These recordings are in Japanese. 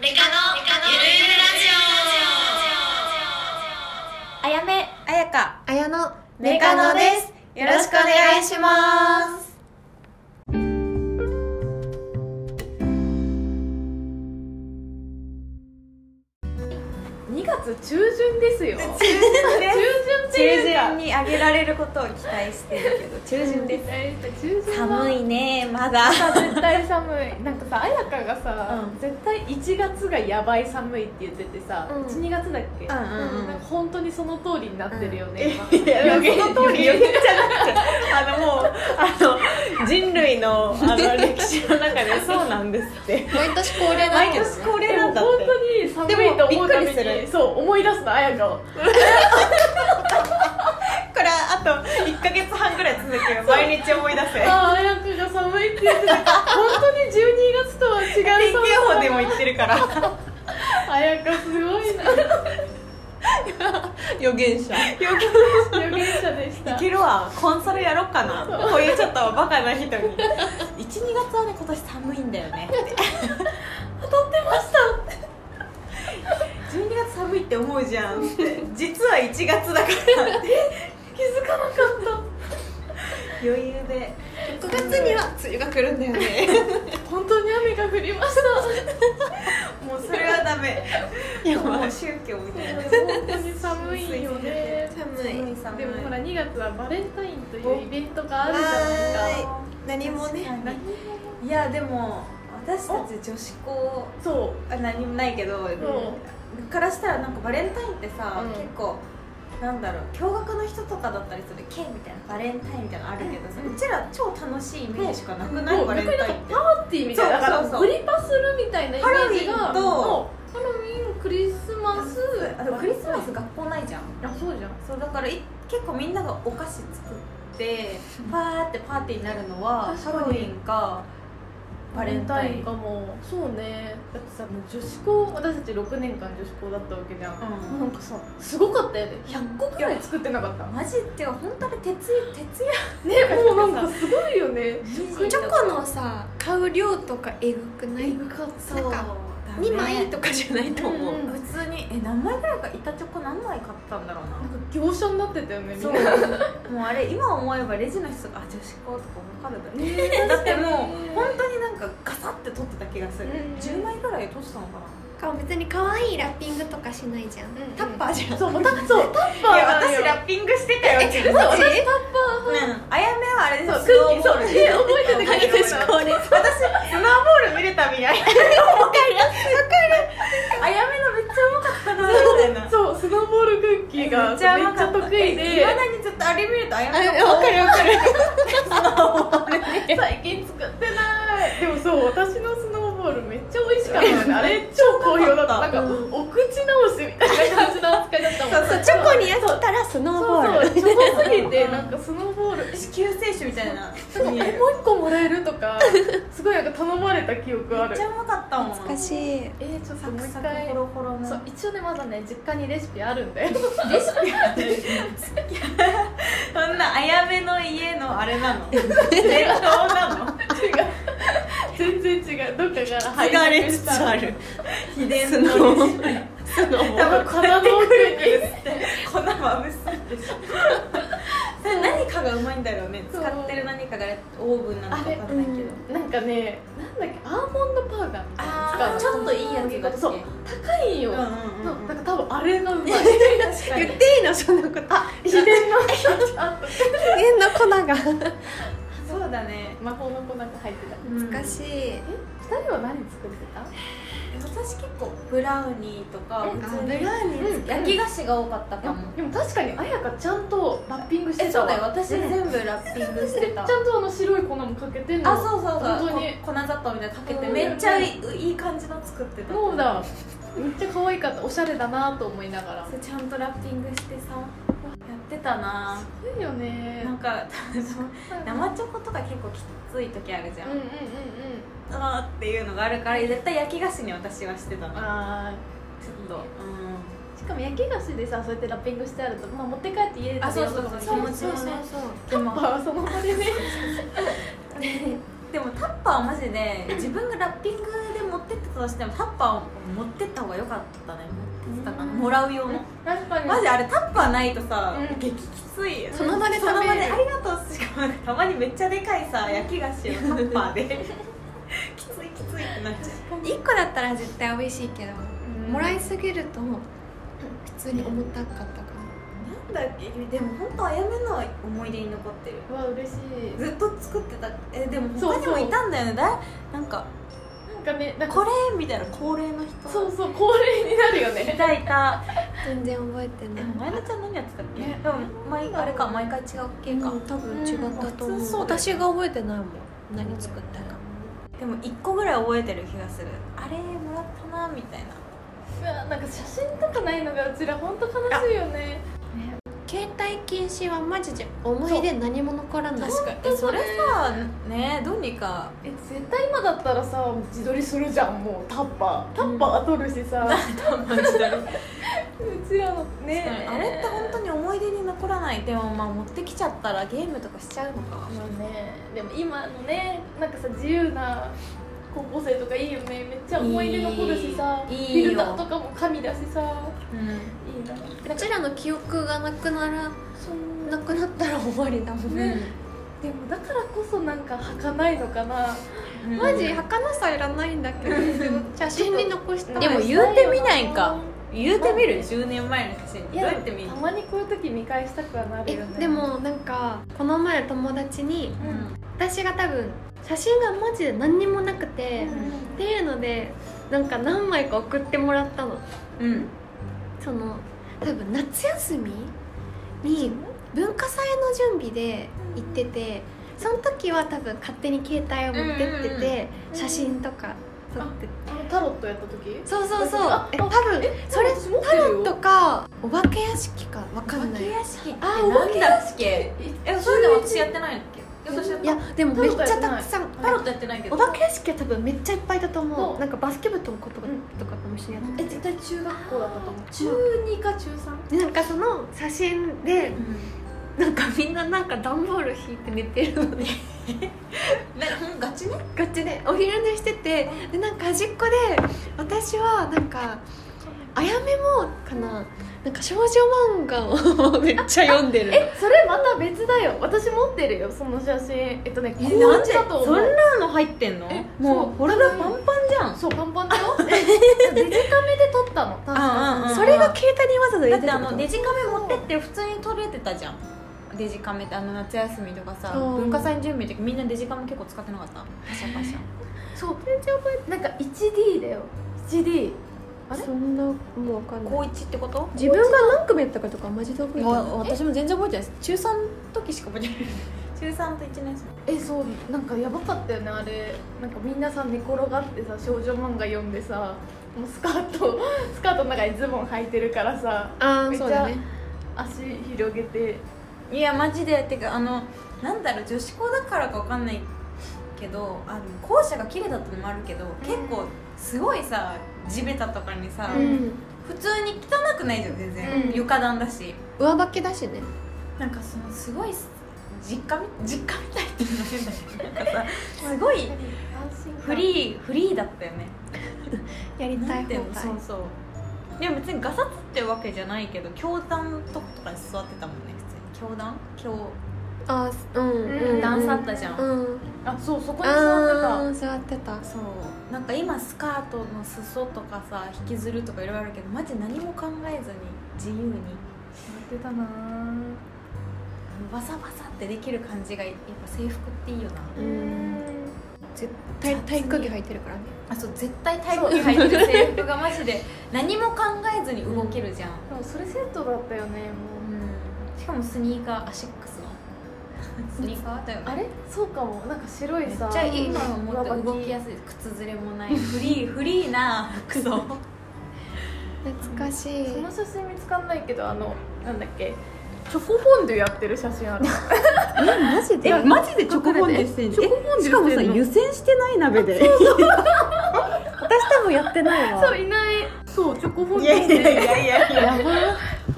デカのゆるゆるラジオあやめあやか、あやのメカノです。よろしくお願いします。 2月中旬ですよ中中旬旬っていうかにあげられることを期待してるけど、中旬です。中旬は寒いね、まだ。絶対寒いなんかさ彩香がさ、うん絶対1月がやばい寒いって言っててさ、うん12月だっけ、うんうんうんなんか本当にその通りになってるよね、いや予言その通り予言じゃなくてあのもうあの人類のあの歴史の中でそうなんですって毎年恒 例毎年恒例でなんもだ本って当に寒いと思うたでもびっくりめすにるそう思い出すの彩香をこれあと1か月半ぐらい続くよ毎日思い出 せああ彩香が寒いって言ってて本当に12月とは違う天気寒予報さでも言ってるから彩香すごいな 予言者予言者でしたいけるわコンサルやろっかなこういうちょっとバカな人に12月はね今年寒いんだよねって当たってました12月寒いって思うじゃんって実は1月だからって気づかなかった余裕で9月には梅雨が来るんだよね本当に雨が降りましたもうそれはダメもう宗教みたいな本当に寒いよね寒寒い寒いでもほら2月はバレンタインというイベントがあるじゃないか何もね確か何にいやでも私たち女子校そあ何もないけど、からしたらなんかバレンタインってさ、うん結構なんだろう共学の人とかだったりするけみたいなバレンタインみたいなのあるけどさ、うちら超楽しいイメージしかなうくない、もうバレン逆になんタイかンってパーティーみたいそなうそうそうなんかグリパするみたいなイメージがハロウィンとそうハロウィンクリスマスあでもクリスマス学校ないじゃんあそうじゃんそうだからい結構みんながお菓子作ってパーってパーティーになるのは確ハかにロウィンかバレンタインかもそうねだってさもう女子校私たち6年間女子校だったわけじゃん、うんなんかさすごかったよね100個くらい作ってなかったマジってか本当に徹夜徹夜ねもう なんかすごいよねチョコのさ買う量とかえぐくないグカなんだかね2枚とかじゃないと思う、うん普通にえ何枚ぐらいか板チョコ何枚買ったんだろうななんか業者になってたよねみんそうなもうあれ今思えばレジの人があ女子校とか分かるだねだってもう本当になんかガサって取ってた気がする、うん10枚ぐらい取ってたのかなか別に可愛いラッピングとかしないじゃん、んうんタッパーじゃんそうまたそうタッパーなんよッピングしてたようちえにマジうんあやめはあれでそうすクッキーそうえ覚えててくれてる私スノーボール見れた みたいなあやめのめっちゃうまかったなみたいな そうスノーボールクッキーがめっちゃ得意いでまだにずっとあれ見るとあやあめれのわかるわかる最近作ってないでもそう私のスノーボールめっちゃ美味しかったよ ねあれ超好評だったなんかうお口直しみたいな感じの扱いだったもんそうそうチョコにやったらスノーボールそうそうちょこすぎてなんかスノーボール私救世主みたいな見ええるもう一個もらえるとかすごいなんか頼まれた記憶あめっるちゃうまかったもんおかしいえー、ちょっとサもクう一サ回クホロホロのそう一応ねまだね実家にレシピあるんだよレシピはねそんなあやめの家のあれな の伝統なの 全然違うどっかから継がれつつある 秘伝のレシピ多分粉の奥に粉まぶすんでしょそれ何かがうまいんだろうね使ってる何かがオーブンなのかわかんないけどなんかねなんだっけアーモンドパウダーみたいなあのーち使うょっといいやつだっけそう高いよ、うんうんそううんうんなんか多分あれがうまい 確かに言っていいのそんなこと秘伝の あ縁の粉が懐そうだね魔法の粉が入ってたかしい、二人は何作ってたうん私結構ブラウニーとかうん普あ通ブにラウニーうん焼き菓子が多かったかもでも確かに彩香ちゃんとラッピングしてえたそうわだよ私全部ラッピングしてちたゃんとあの白い粉もかけてんのあそうそうそう本当にこ粉砂糖みたいなのかけてうんめっちゃいいいい感じの作ってたもうだめっちゃ可愛かったおしゃれだなと思いながらそうちゃんとラッピングしてさやってたなすごいよねなんかうん生チョコとか結構きつい時あるじゃん、うんうんうんあーっていうのがあるから絶対焼き菓子に私はしてたなあちょっと、うーしかも焼き菓子でさそうやってラッピングしてあると、まあ、持って帰って家でん、あ食べそうようそとうかそうも気持ちそうもそうねでタッパもーはその場でねでもタッパーはマジで自分がラッピングで持ってってとしてもタッパーを持ってった方が良かったね持ってったかなうんもらう用の確かにマジあれタッパーないとさ、うん激きついよその場で食べれそるの場でありがとうしかもなんかたまにめっちゃでかいさ焼き菓子のタッパーできついきついってなっちゃ1個だったら絶対美味しいけど、うもらいすぎると普通に重たかったかなんだっけでも本当あやめのは思い出に残ってるうわ嬉しいずっと作ってたえでもそ他うにそうもいたんだよねだいなんかなんかねなんかこれみたいな高齢の人そうそう高齢になるよいねたいたら全然覚えてなでいも前田ちゃん何やってたっけ、ねでも毎あれか毎回違う系か、うん多分違ったと思うん普う,、通そうだよ私が覚えてないもん何作ったかでも一個ぐらい覚えてる気がするあれもらったなみたいなうわなんか写真とかないのがうちら本当悲しいよね携帯禁止はマジで思い出何も残らない確かえそれさねどうに かえ絶対今だったらさ自撮りするじゃんもうタッパータッパーが撮るしさ、うちらのねあれって本当に思い出に残らないでもまあ持ってきちゃったらゲームとかしちゃうのかまあねでも今のねなんかさ自由な高校生とかいいよねめっちゃ思い出残るしさいいいいよフィルターとかも紙だしさうんいいなうちらの記憶がなくならそんなくなったら終わりだもんねでもだからこそなんか儚ないのかなマジ儚さいらないんだけど写真に残したでもい言うてみないか言うてみる10年前の写真いどうややって見るたまにこういう時見返したくはなるえよねでもなんかこの前友達にう私が多分写真がマジで何にもなくて、うんっていうのでなんか何枚か送ってもらったのんうんその多分夏休みに文化祭の準備で行っててその時は多分勝手に携帯を持ってっててうん写真とか撮っててあのタロットやった時そうそうそうあえあ多分それ私持ってるよとかお化け屋敷かわかんないけ屋敷ってあお化なんだっけえそれで私やってないのっけ私やっいたやでもめっちゃたくさんタロットやってないけどお化け屋敷は多分めっちゃいっぱいいたと思そううなんかバスケ部とかとかうんとかかもしれないえ絶対中学校だったと思う中2か中 3? でなんかその写真でなんかみんななんか段ボール引いて寝てるのねねほんガチねガチでお昼寝しててでなんか端っこで私はなんかあやめもかななんか少女漫画を めっちゃ読んでるえそれまた別だよ私持ってるよその写真えっとね高えなん1でだとそ思んうなの入ってんのえもそうう体パンパンじゃんそうパンパンだよデジカメで撮ったの確あああかあにそれが携帯にわざわだざ入っれててあるのデジカメ持ってって普通に撮れてたじゃんデジカメってあの夏休みとかさうん文化祭の準備の時みんなデジカメ結構使ってなかったパシャパシャそう全然覚えてなんか 1D だよ 1D あれそんなもうわかんない高一ってこと自分が何組やったかとかマジで覚えてわない私も全然覚えてないです中3の時しか覚えてない中3と1年生えそうなんかやばかったよねあれなんかみんなさ寝転がってさ少女漫画読んでさもうスカート スカートの中にズボン履いてるからさああめっちそゃうだね足広げていやマジでてかあのなんだろう女子校だからかわかんないけどあの校舎が綺麗だったのもあるけど、結構すごいさ地べたとかにさ、ううん普通に汚くないじゃん全然、うん床暖だし上履きだしねなんかそのすごい実家み実家みたいって言うの変だけどなんかさすごいフーリーフリーだったよねやりたないん放ていうの題そうそうでも別にガサツってわけじゃないけど教団とかに座ってたもんね普通に教団教ああうんうんうん段差あったじゃんうんあそうそこに座あってー座ってたそうなんか今スカートの裾とかさ引きずるとかいろいろあるけどマジ何も考えずに自由にた座ってたなーバサバサってできる感じがやっぱ制服っていいよなううんん絶対体育着履いてるからねあそう絶対体育入ってる制服がマジで何も考えずに動けるじゃん、でもそれセットだったよねもうしかもスニーカーアシッ クスのスニーカーだよねあれそうかもなんか白いめっちさゃ今思って動きやすすい靴ずれもないフリーフリーな服装懐かしいその写真見つかんないけどあのなんだっけチョコフォンデュやってる写真ある マジえマジでチョコフォンデュしてんじゃんえしかもさ湯煎してない鍋で私多分やってないそういないそうチョコフォンいデやいュやいやいややば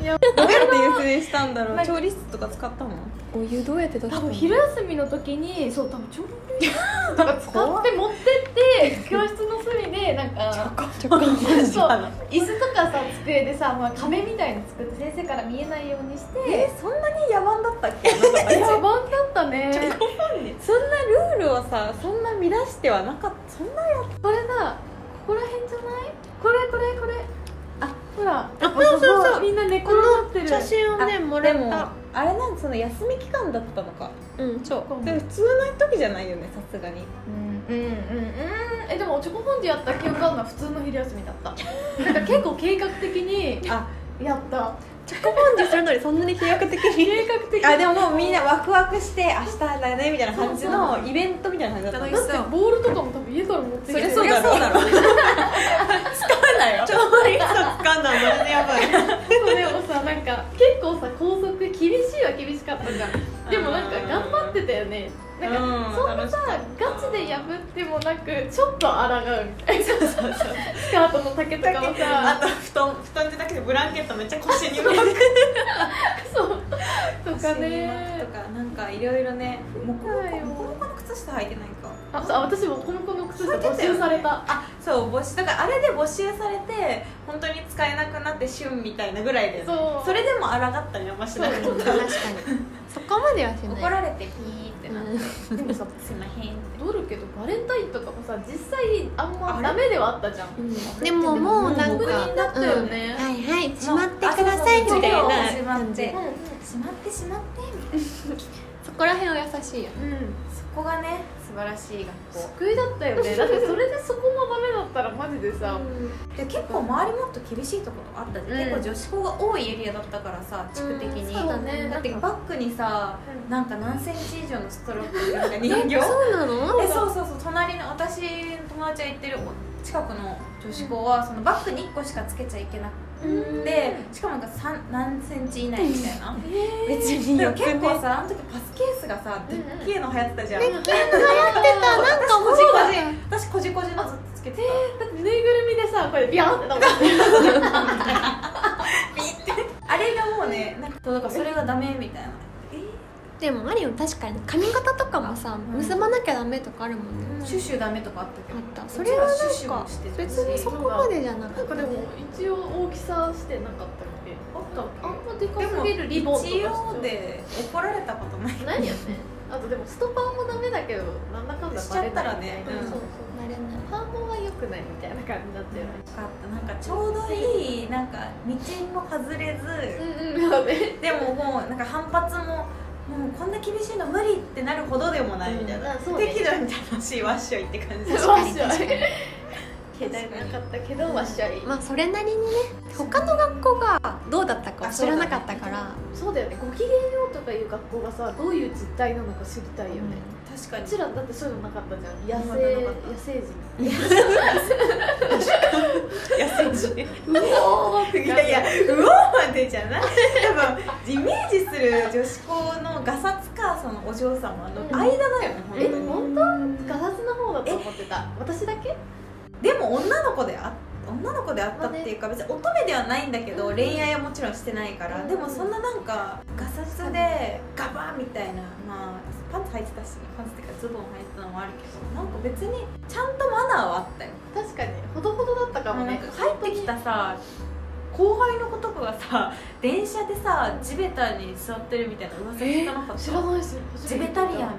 いやどうやって油性したんだろなんうか調理室とか使ったもんお湯どうやって出し多たの分昼休みの時にそう多分調理室とか使って持っ てって教室の隅でなんかちょっとそう椅子とかさ机でさ、まあ、壁みたいの作って先生から見えないようにしてそんなに野蛮だったっ けあの子たち野蛮だったねそんなルールをさそんな乱してはなかったそんなこれだここら辺じゃないこれこれこれあほらあそうそうそうみんな寝転がってる写真をねもらでっもたあれなんその休み期間だったのかうんそうそうでも普通の時じゃないよねさすがにうんうんうんうんえでもチョコフォンデュやった記憶あるのは普通の昼休みだった なんか結構計画的にあやったチョコボンジするのにそんなに飛躍的に計画的あでももうみんなワクワクして明日だねみたいな感じそうのイベントみたいな感じだっただってボールとかも多分家から持ってきてるそりゃそうだろ使わないよちょうどいい人使うのはマジでやばいそうでもさなんか結構さ校則厳しいは厳しかったじゃんでもなんか頑張ってたよねなんかうんそんなさガチで破ってもなくちょっと抗うみたいなスカートの丈とかもあさと布団布団じゃなくてブランケットめっちゃ腰に巻くそうとかとねかなんかいろいろねモコモそうよコモコモコの靴下履いてないかあそうあ私もコミコの靴下履いて募たよ集ねされたあそう募集だからあれで募集されて本当に使えなくなって旬みたいなぐらいでそうそれでも抗ったりはましなかっ確かにそこまではしない怒られてピーってなってでもさすいまへんってどるけどバレンタインとかもさ実際あんあまれダメではあったじゃんうんでももうなんか無理になったよねうんはいはいしまってくださいみたいもうなあそうそうそう感じしまってしまってしまってそこら辺は優しいようん、うん、そこがね素晴らしい学校救いだった よねだってそれでそこもダメだったらマジでさ、で結構周りもっと厳しいところあったじゃん、うん結構女子校が多いエリアだったからさ地区的に、うんそうだねだってバッグにさうんなんか何センチ以上のストロークみたいな人 形そうなのえそうそうそう隣の私の友達が行ってる近くの女子校はそのバッグに1個しかつけちゃいけなくてしかもなんかさん何センチ以内みたいな別にでもよく結ね構さあの時パスケースがさでっけえの流行ってたじゃん、でっけえの流行ってたなんか面白かった私こじこじのずっとつけてただってぬいぐるみでさこれビャンってなったあれがもうねなんかそうだからそれがダメみたいなでもあるよ確かに髪型とかもさん結ばなきゃダメとかあるもんねシュシュダメとかあったけどあったそれはうなんちらかシュシュもしてたし別にそこまでじゃなかなっんかたでも一応大きさしてなかったっけあったっけあんまでかですもぎるリボンとかし一ちゃ応で怒られたことないないよねあとでもストパーもダメだけどなんだかんだしちゃったらバレないねみたいなうんそうなれないそう反応は良くないみたいな感じだったよねよかったなんかちょうどいいなんか道も外れずうんうんそうねでももうなんか反発ももうこんな厳しいの無理ってなるほどでもないみたいな、うんそうね適度に楽しいワッショイって感じワ確かにッショイ確かに携帯なかったけどわっしゃいまあそれなりにね他の学校がどうだったかは知らなかったからそうだよねごきげんようとかいう学校がさどういう実態なのか知りたいよね確かうにちらだってそういうのなかったじゃん野な生か野った生児安いうおーっていやいやうおーまでじゃない多分イメージする女子校のガサツかそのお嬢様の間だよね、本え当に本当ガラスの方だと思ってた私だけでも女の子であ女の子であったっていうか別に乙女ではないんだけど、うん恋愛はもちろんしてないから、うんでもそんななんかガサツでガバーみたいなまあパンツ履いてたしパンツっていうかズボン履いてたのもあるけどなんか別にちゃんとマナーはあったよ確かにほどほどだったかもなんねか入ってきたさ後輩の子とかがさ 電車でさ地べたに座ってるみたいな噂聞かなかった、知らないし地べたりやんみたいなへ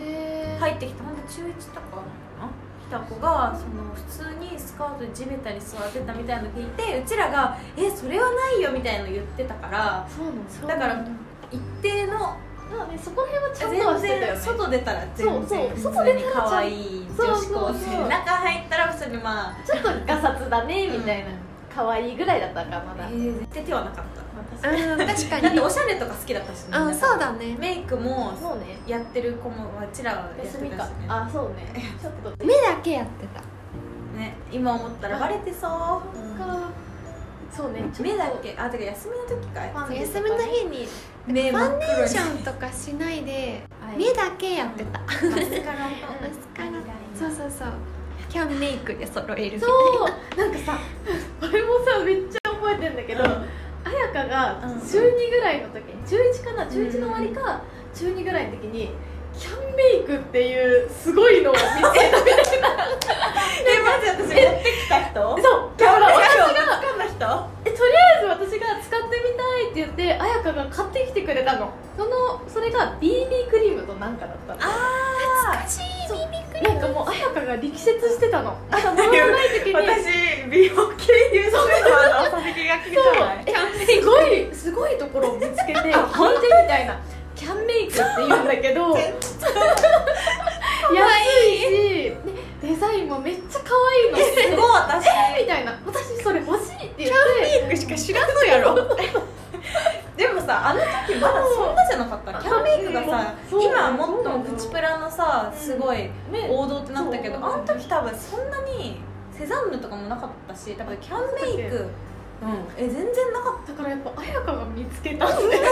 え入ってきたほんと中1とかなのかな来た子がその普通にスカートで地べたに座ってたみたいの聞いてうちらが「えそれはないよ」みたいの言ってたからそうなんだだから一定のまあねそこら辺はちゃんとは全してたよ然ね外出たら全然そう普そ通うに外出たらちゃん可愛いそう女子高そうそう生中入ったら普通にまあちょっとガサツだねみたいなうん可愛いぐらいだったかまだ絶対手はなかっうん確たかだってにおしゃれとか好きだったしねあそうだねメイクもそうねやってる子もうちらはやってたし休みねかあそうねちょっと目だけやってたね今思ったらバレてそうそうねちょっと目だけあてか休みの時かファンデと休かみねの日に目ファンデーシンョンとかしないで目だけやってたマスカラとマスカラそそううそうそうキャンメイクで揃えるみたいなそうなんかさ俺もさめっちゃ覚えてんだけどあや中がうん中2ぐらいの時に中1かな中1の終わりか中2ぐらいの時にキャンメイクっていうすごいのを見つ けたえマジ私持ってきた人そうキャンメイ私クをが掴んだ人えとりあえず私が使ってみたいって言って彩香が買ってきてくれたのそのそれが BB クリームとなんかだったのあしいビビクなんかもう彩香が力説してたのまだ物が ない時に私美容系 YouTuber のお酒が聞きそうたいえすごいすごいところを見つけて聞いてみたいなキャンメイクって言うんだけど安いしでデザインもめっちゃ可愛いのすごい私みたいな私それ欲しいって言ってメイクしか知らんのやろでもさあの時まだそんなじゃなかったキャンメイクがさそう今はもっともプチプラのさすごいね王道ってなったけどそうあの時多分そんなにセザンヌとかもなかったし多分キャンメイクうんえ全然なかっだからやっぱ彩香が見つけたんた確かに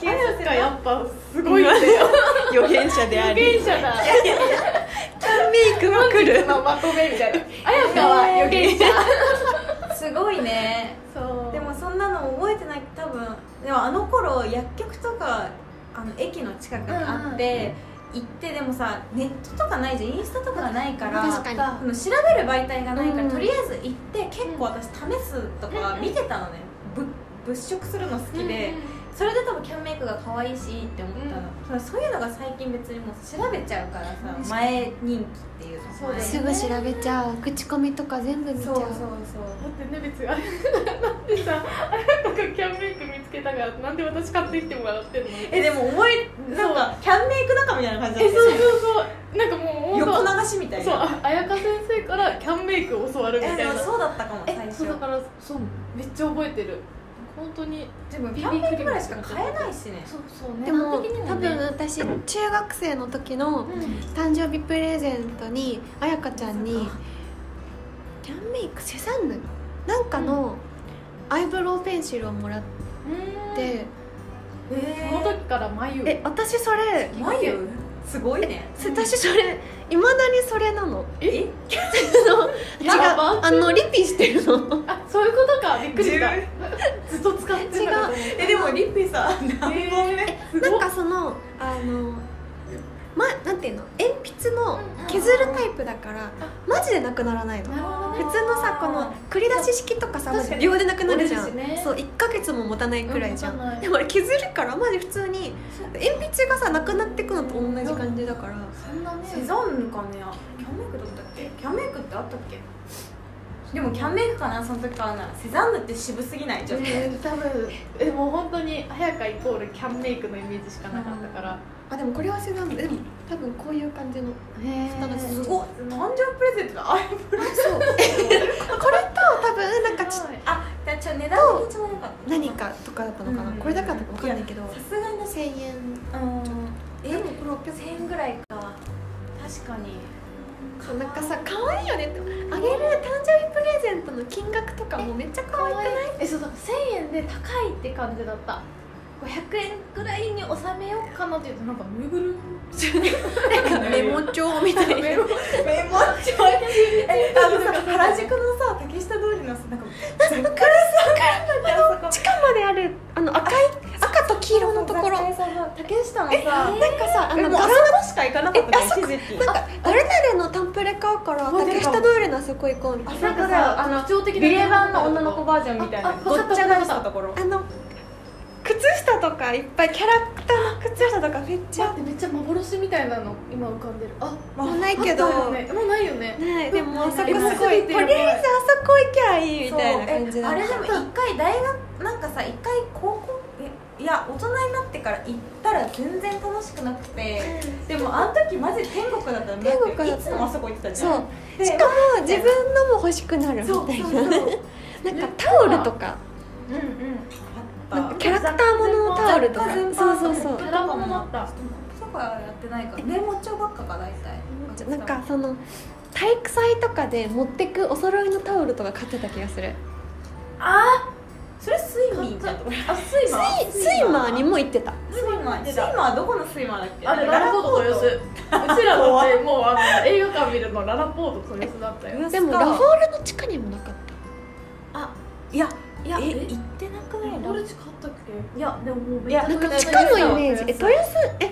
彩香やっぱすごいんだよ予言者で予言者だキャンメイクも来るままとめみたいな彩香は予言者すごいねそうでもそんなの覚えてない多分でもあの頃薬局とかあの駅の近くにあって、行ってでもさネットとかないじゃんインスタとかがないから確かにあの調べる媒体がないから、うんとりあえず行って結構私試すとか見てたのね、ぶ物色するの好きで、それで多分キャンメイクが可愛いしいって思ったの、ただそういうのが最近別にもう調べちゃうからさ確かに前人気っていうのそうだよねすぐ調べちゃう口コミとか全部見ちそゃううそうだってね別にあれなんでさあやかがキャンメイク見つけたからなんで私買ってきてもらってんのえでも思いなんかキャンメイク仲みたいな感じだえっそうたよねそうそうなんかもう横本流しみた当いそうなあやか先生からキャンメイクを教わるみたえいでもなそうだったかも最え初そうだからそうめっちゃ覚えてる本当にでもビビキャンメイクぐらいしクかリーム買えないしねそうそうねでも的に多分私中学生の時の誕生日プレゼントに彩香ちゃんにキャンメイクセザンヌなんかのアイブロウペンシルをもらっうんて、その時から眉え私それ眉すごいねせ私それいまだにそれなの え違うやばあのリピしてるの あそういうことかびっくりした自分ずっと使ってたかと思ったえでもリッピさ何本目すなごんいかそのあのまなんていうの鉛筆の削るタイプだからマジでなくならないのなるほど普ね通のさこの繰り出し式とかさマ確ジかに秒でなくなるじゃ折ん、れるしねそう1か月も持たないくらいじゃ、うんん持たないでもあれ削るからマジ普通に鉛筆がさなくなってくのと同じ感じだから、そんなねセザンヌかねキャンメイクだったっけキャンメイクってあったっけでもキャンメイクかなその時からなセザンヌって渋すぎないちょっとえー、多分えもう本当に早香イコールキャンメイクのイメージしかなかったから、あでもこれは知らんでも多分こういう感じのへ蓋がすごい誕生プレゼントだあそうこれと多分なんかちあじゃあ値段的にちょうどよかった何かとかだったのかな、うんこれだからかわかんないけどさすがに1000円うんえでもこれ600円ぐらいか確かにそうなんかさ可愛いよねってあげる誕生日プレゼントの金額とかもめっちゃ可愛くないえそうだ1000円で高いって感じだった500円ぐらいに収めようかなって言うとなんかぬいぐる みなんかメモ帳みたいなメモメモ帳えあのさ原宿のさ竹下通りのさなん かざっくらさあの地下まであるあの赤い赤と黄色のところ雑貨屋さんが竹下のさなんかさあえのもうガあラそこしか行かなかったえあそこね一時期なんか誰々のタンプレ買うからもう竹下通りのあそこ行こうみたいななんかさあの特徴的なバージョンみたいなごっちゃにしたところあの靴下とかいっぱいキャラクターの靴下とかめっち待っゃてめっちゃ幻みたいなの今浮かんでるあもうないけあったどよねもうないよねねでもあそこすエごモすいぎてとりあえずあそこ行きゃいいみたいな感じそうえだあれねでも一回大学なんかさ一回高校えいや大人になってから行ったら全然楽しくなくてでもあの時マジ天国だったの天国だったいつもあそこ行ってたじそゃうんでしかも自分のも欲しくなるみそうそたういそうななんかタオルとかうんうんなんかキャラクターもののタオルとか全般そうそうそうキャラものだったそこはやってないからメモ帳ばっかか大体なんかその体育祭とかで持ってくお揃いのタオルとか買ってた気がするあそれスイミーだと思うあスイマースイマーにも行ってたスイマースイマーはどこのスイマーだっけあれララポート豊洲うちらのねもうあの映画館見るのララポート豊洲だったよでもラフォールの地下にもなかったいやいやええ行ってなかくない俺ち買ったっけいやでももういやなんか地下のイメージえ豊豊洲え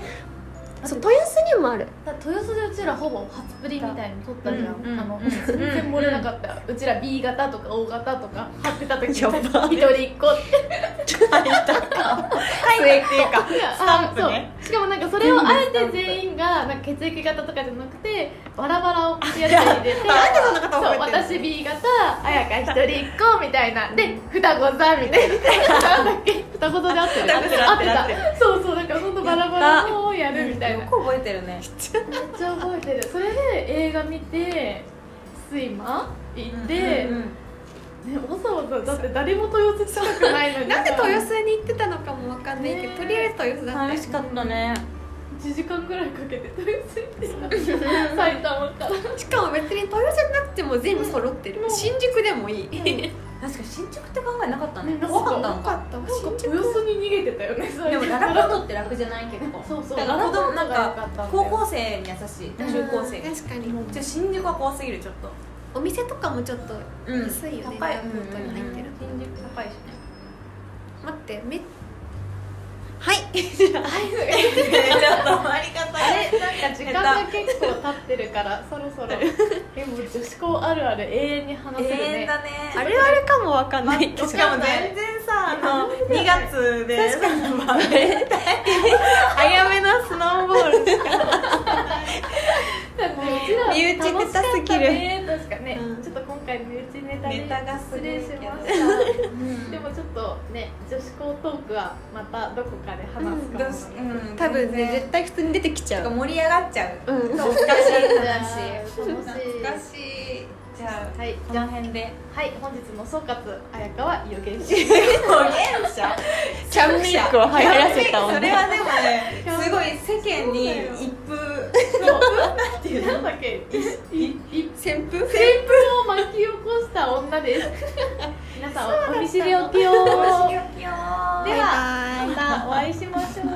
そう豊洲にもあるだから豊洲でうちらほぼ初プリみたいに撮ったじゃん、うんうんあのうん全然漏れなかった、うちら B 型とか O 型とか貼ってた時やば一人一個って入ったっていう かスタンプねしかもなんかそれをあえて全員がなんか血液型とかじゃなくてバラバラをやつに入れてなんでそんなことそう覚えて私 B 型あやか一人一個みたいなで双子座 みたいななんだっけ双子座で合ってる双子座で合ってる合ってるたそうそうなんかほんとバラバラのをやるみたいるなよく覚えてるねめっちゃ覚えてるそれで映画見て睡魔行って、うんうんね、わざわざだって誰も豊洲近くないのになんで豊洲洲に行ってたのかもわかんないけど、ねとりあえず豊洲だっ楽しかったね1時間ぐらいかけて豊洲 行ってた埼玉からたしかも別に豊洲じゃなくても全部揃ってる、うん新宿でもいい、確かに新宿って考えなかったねねなかった怖かったのよかったわなん新か宿豊洲に逃げてたよね最でも初ララポートって楽じゃない結構そうそうだから子供なんか高生校生に優しい中高生確かに、ちょ新宿は怖すぎるちょっとお店とかもちょっと うん安いよね、高いラブホテルに入ってる、新宿高いしね待ってめはいじゃちあょっとありがたいえなんか時間が結構経ってるからそろそろでも女子校あるある永遠に話せるね永遠だねあるあるかもわかんないけどしかも全然さあの2月で確かに早めのスノーボールだってうちら身内楽しかっ下手すぎたるね確かね、うんちょっと今回身内ネタでネタがすごい失け礼どしましたででももちょっとね女子校トークはまたどこかで話すかも、うんどうしうん多分全ね然絶対普通に出てきちなんゃかう盛り上がっちゃううん懐かしい話楽しい懐かしいじゃあはいこの辺ではい本日の総括綾香は予言し 表現者キャンメイクを流行らせたそ女れはでもねすごい世間に一風なんていうのなんだっけいいい旋風旋風を巻き起こした女です 皆さんお見知りおきをでバイはバイまたお会いしましょう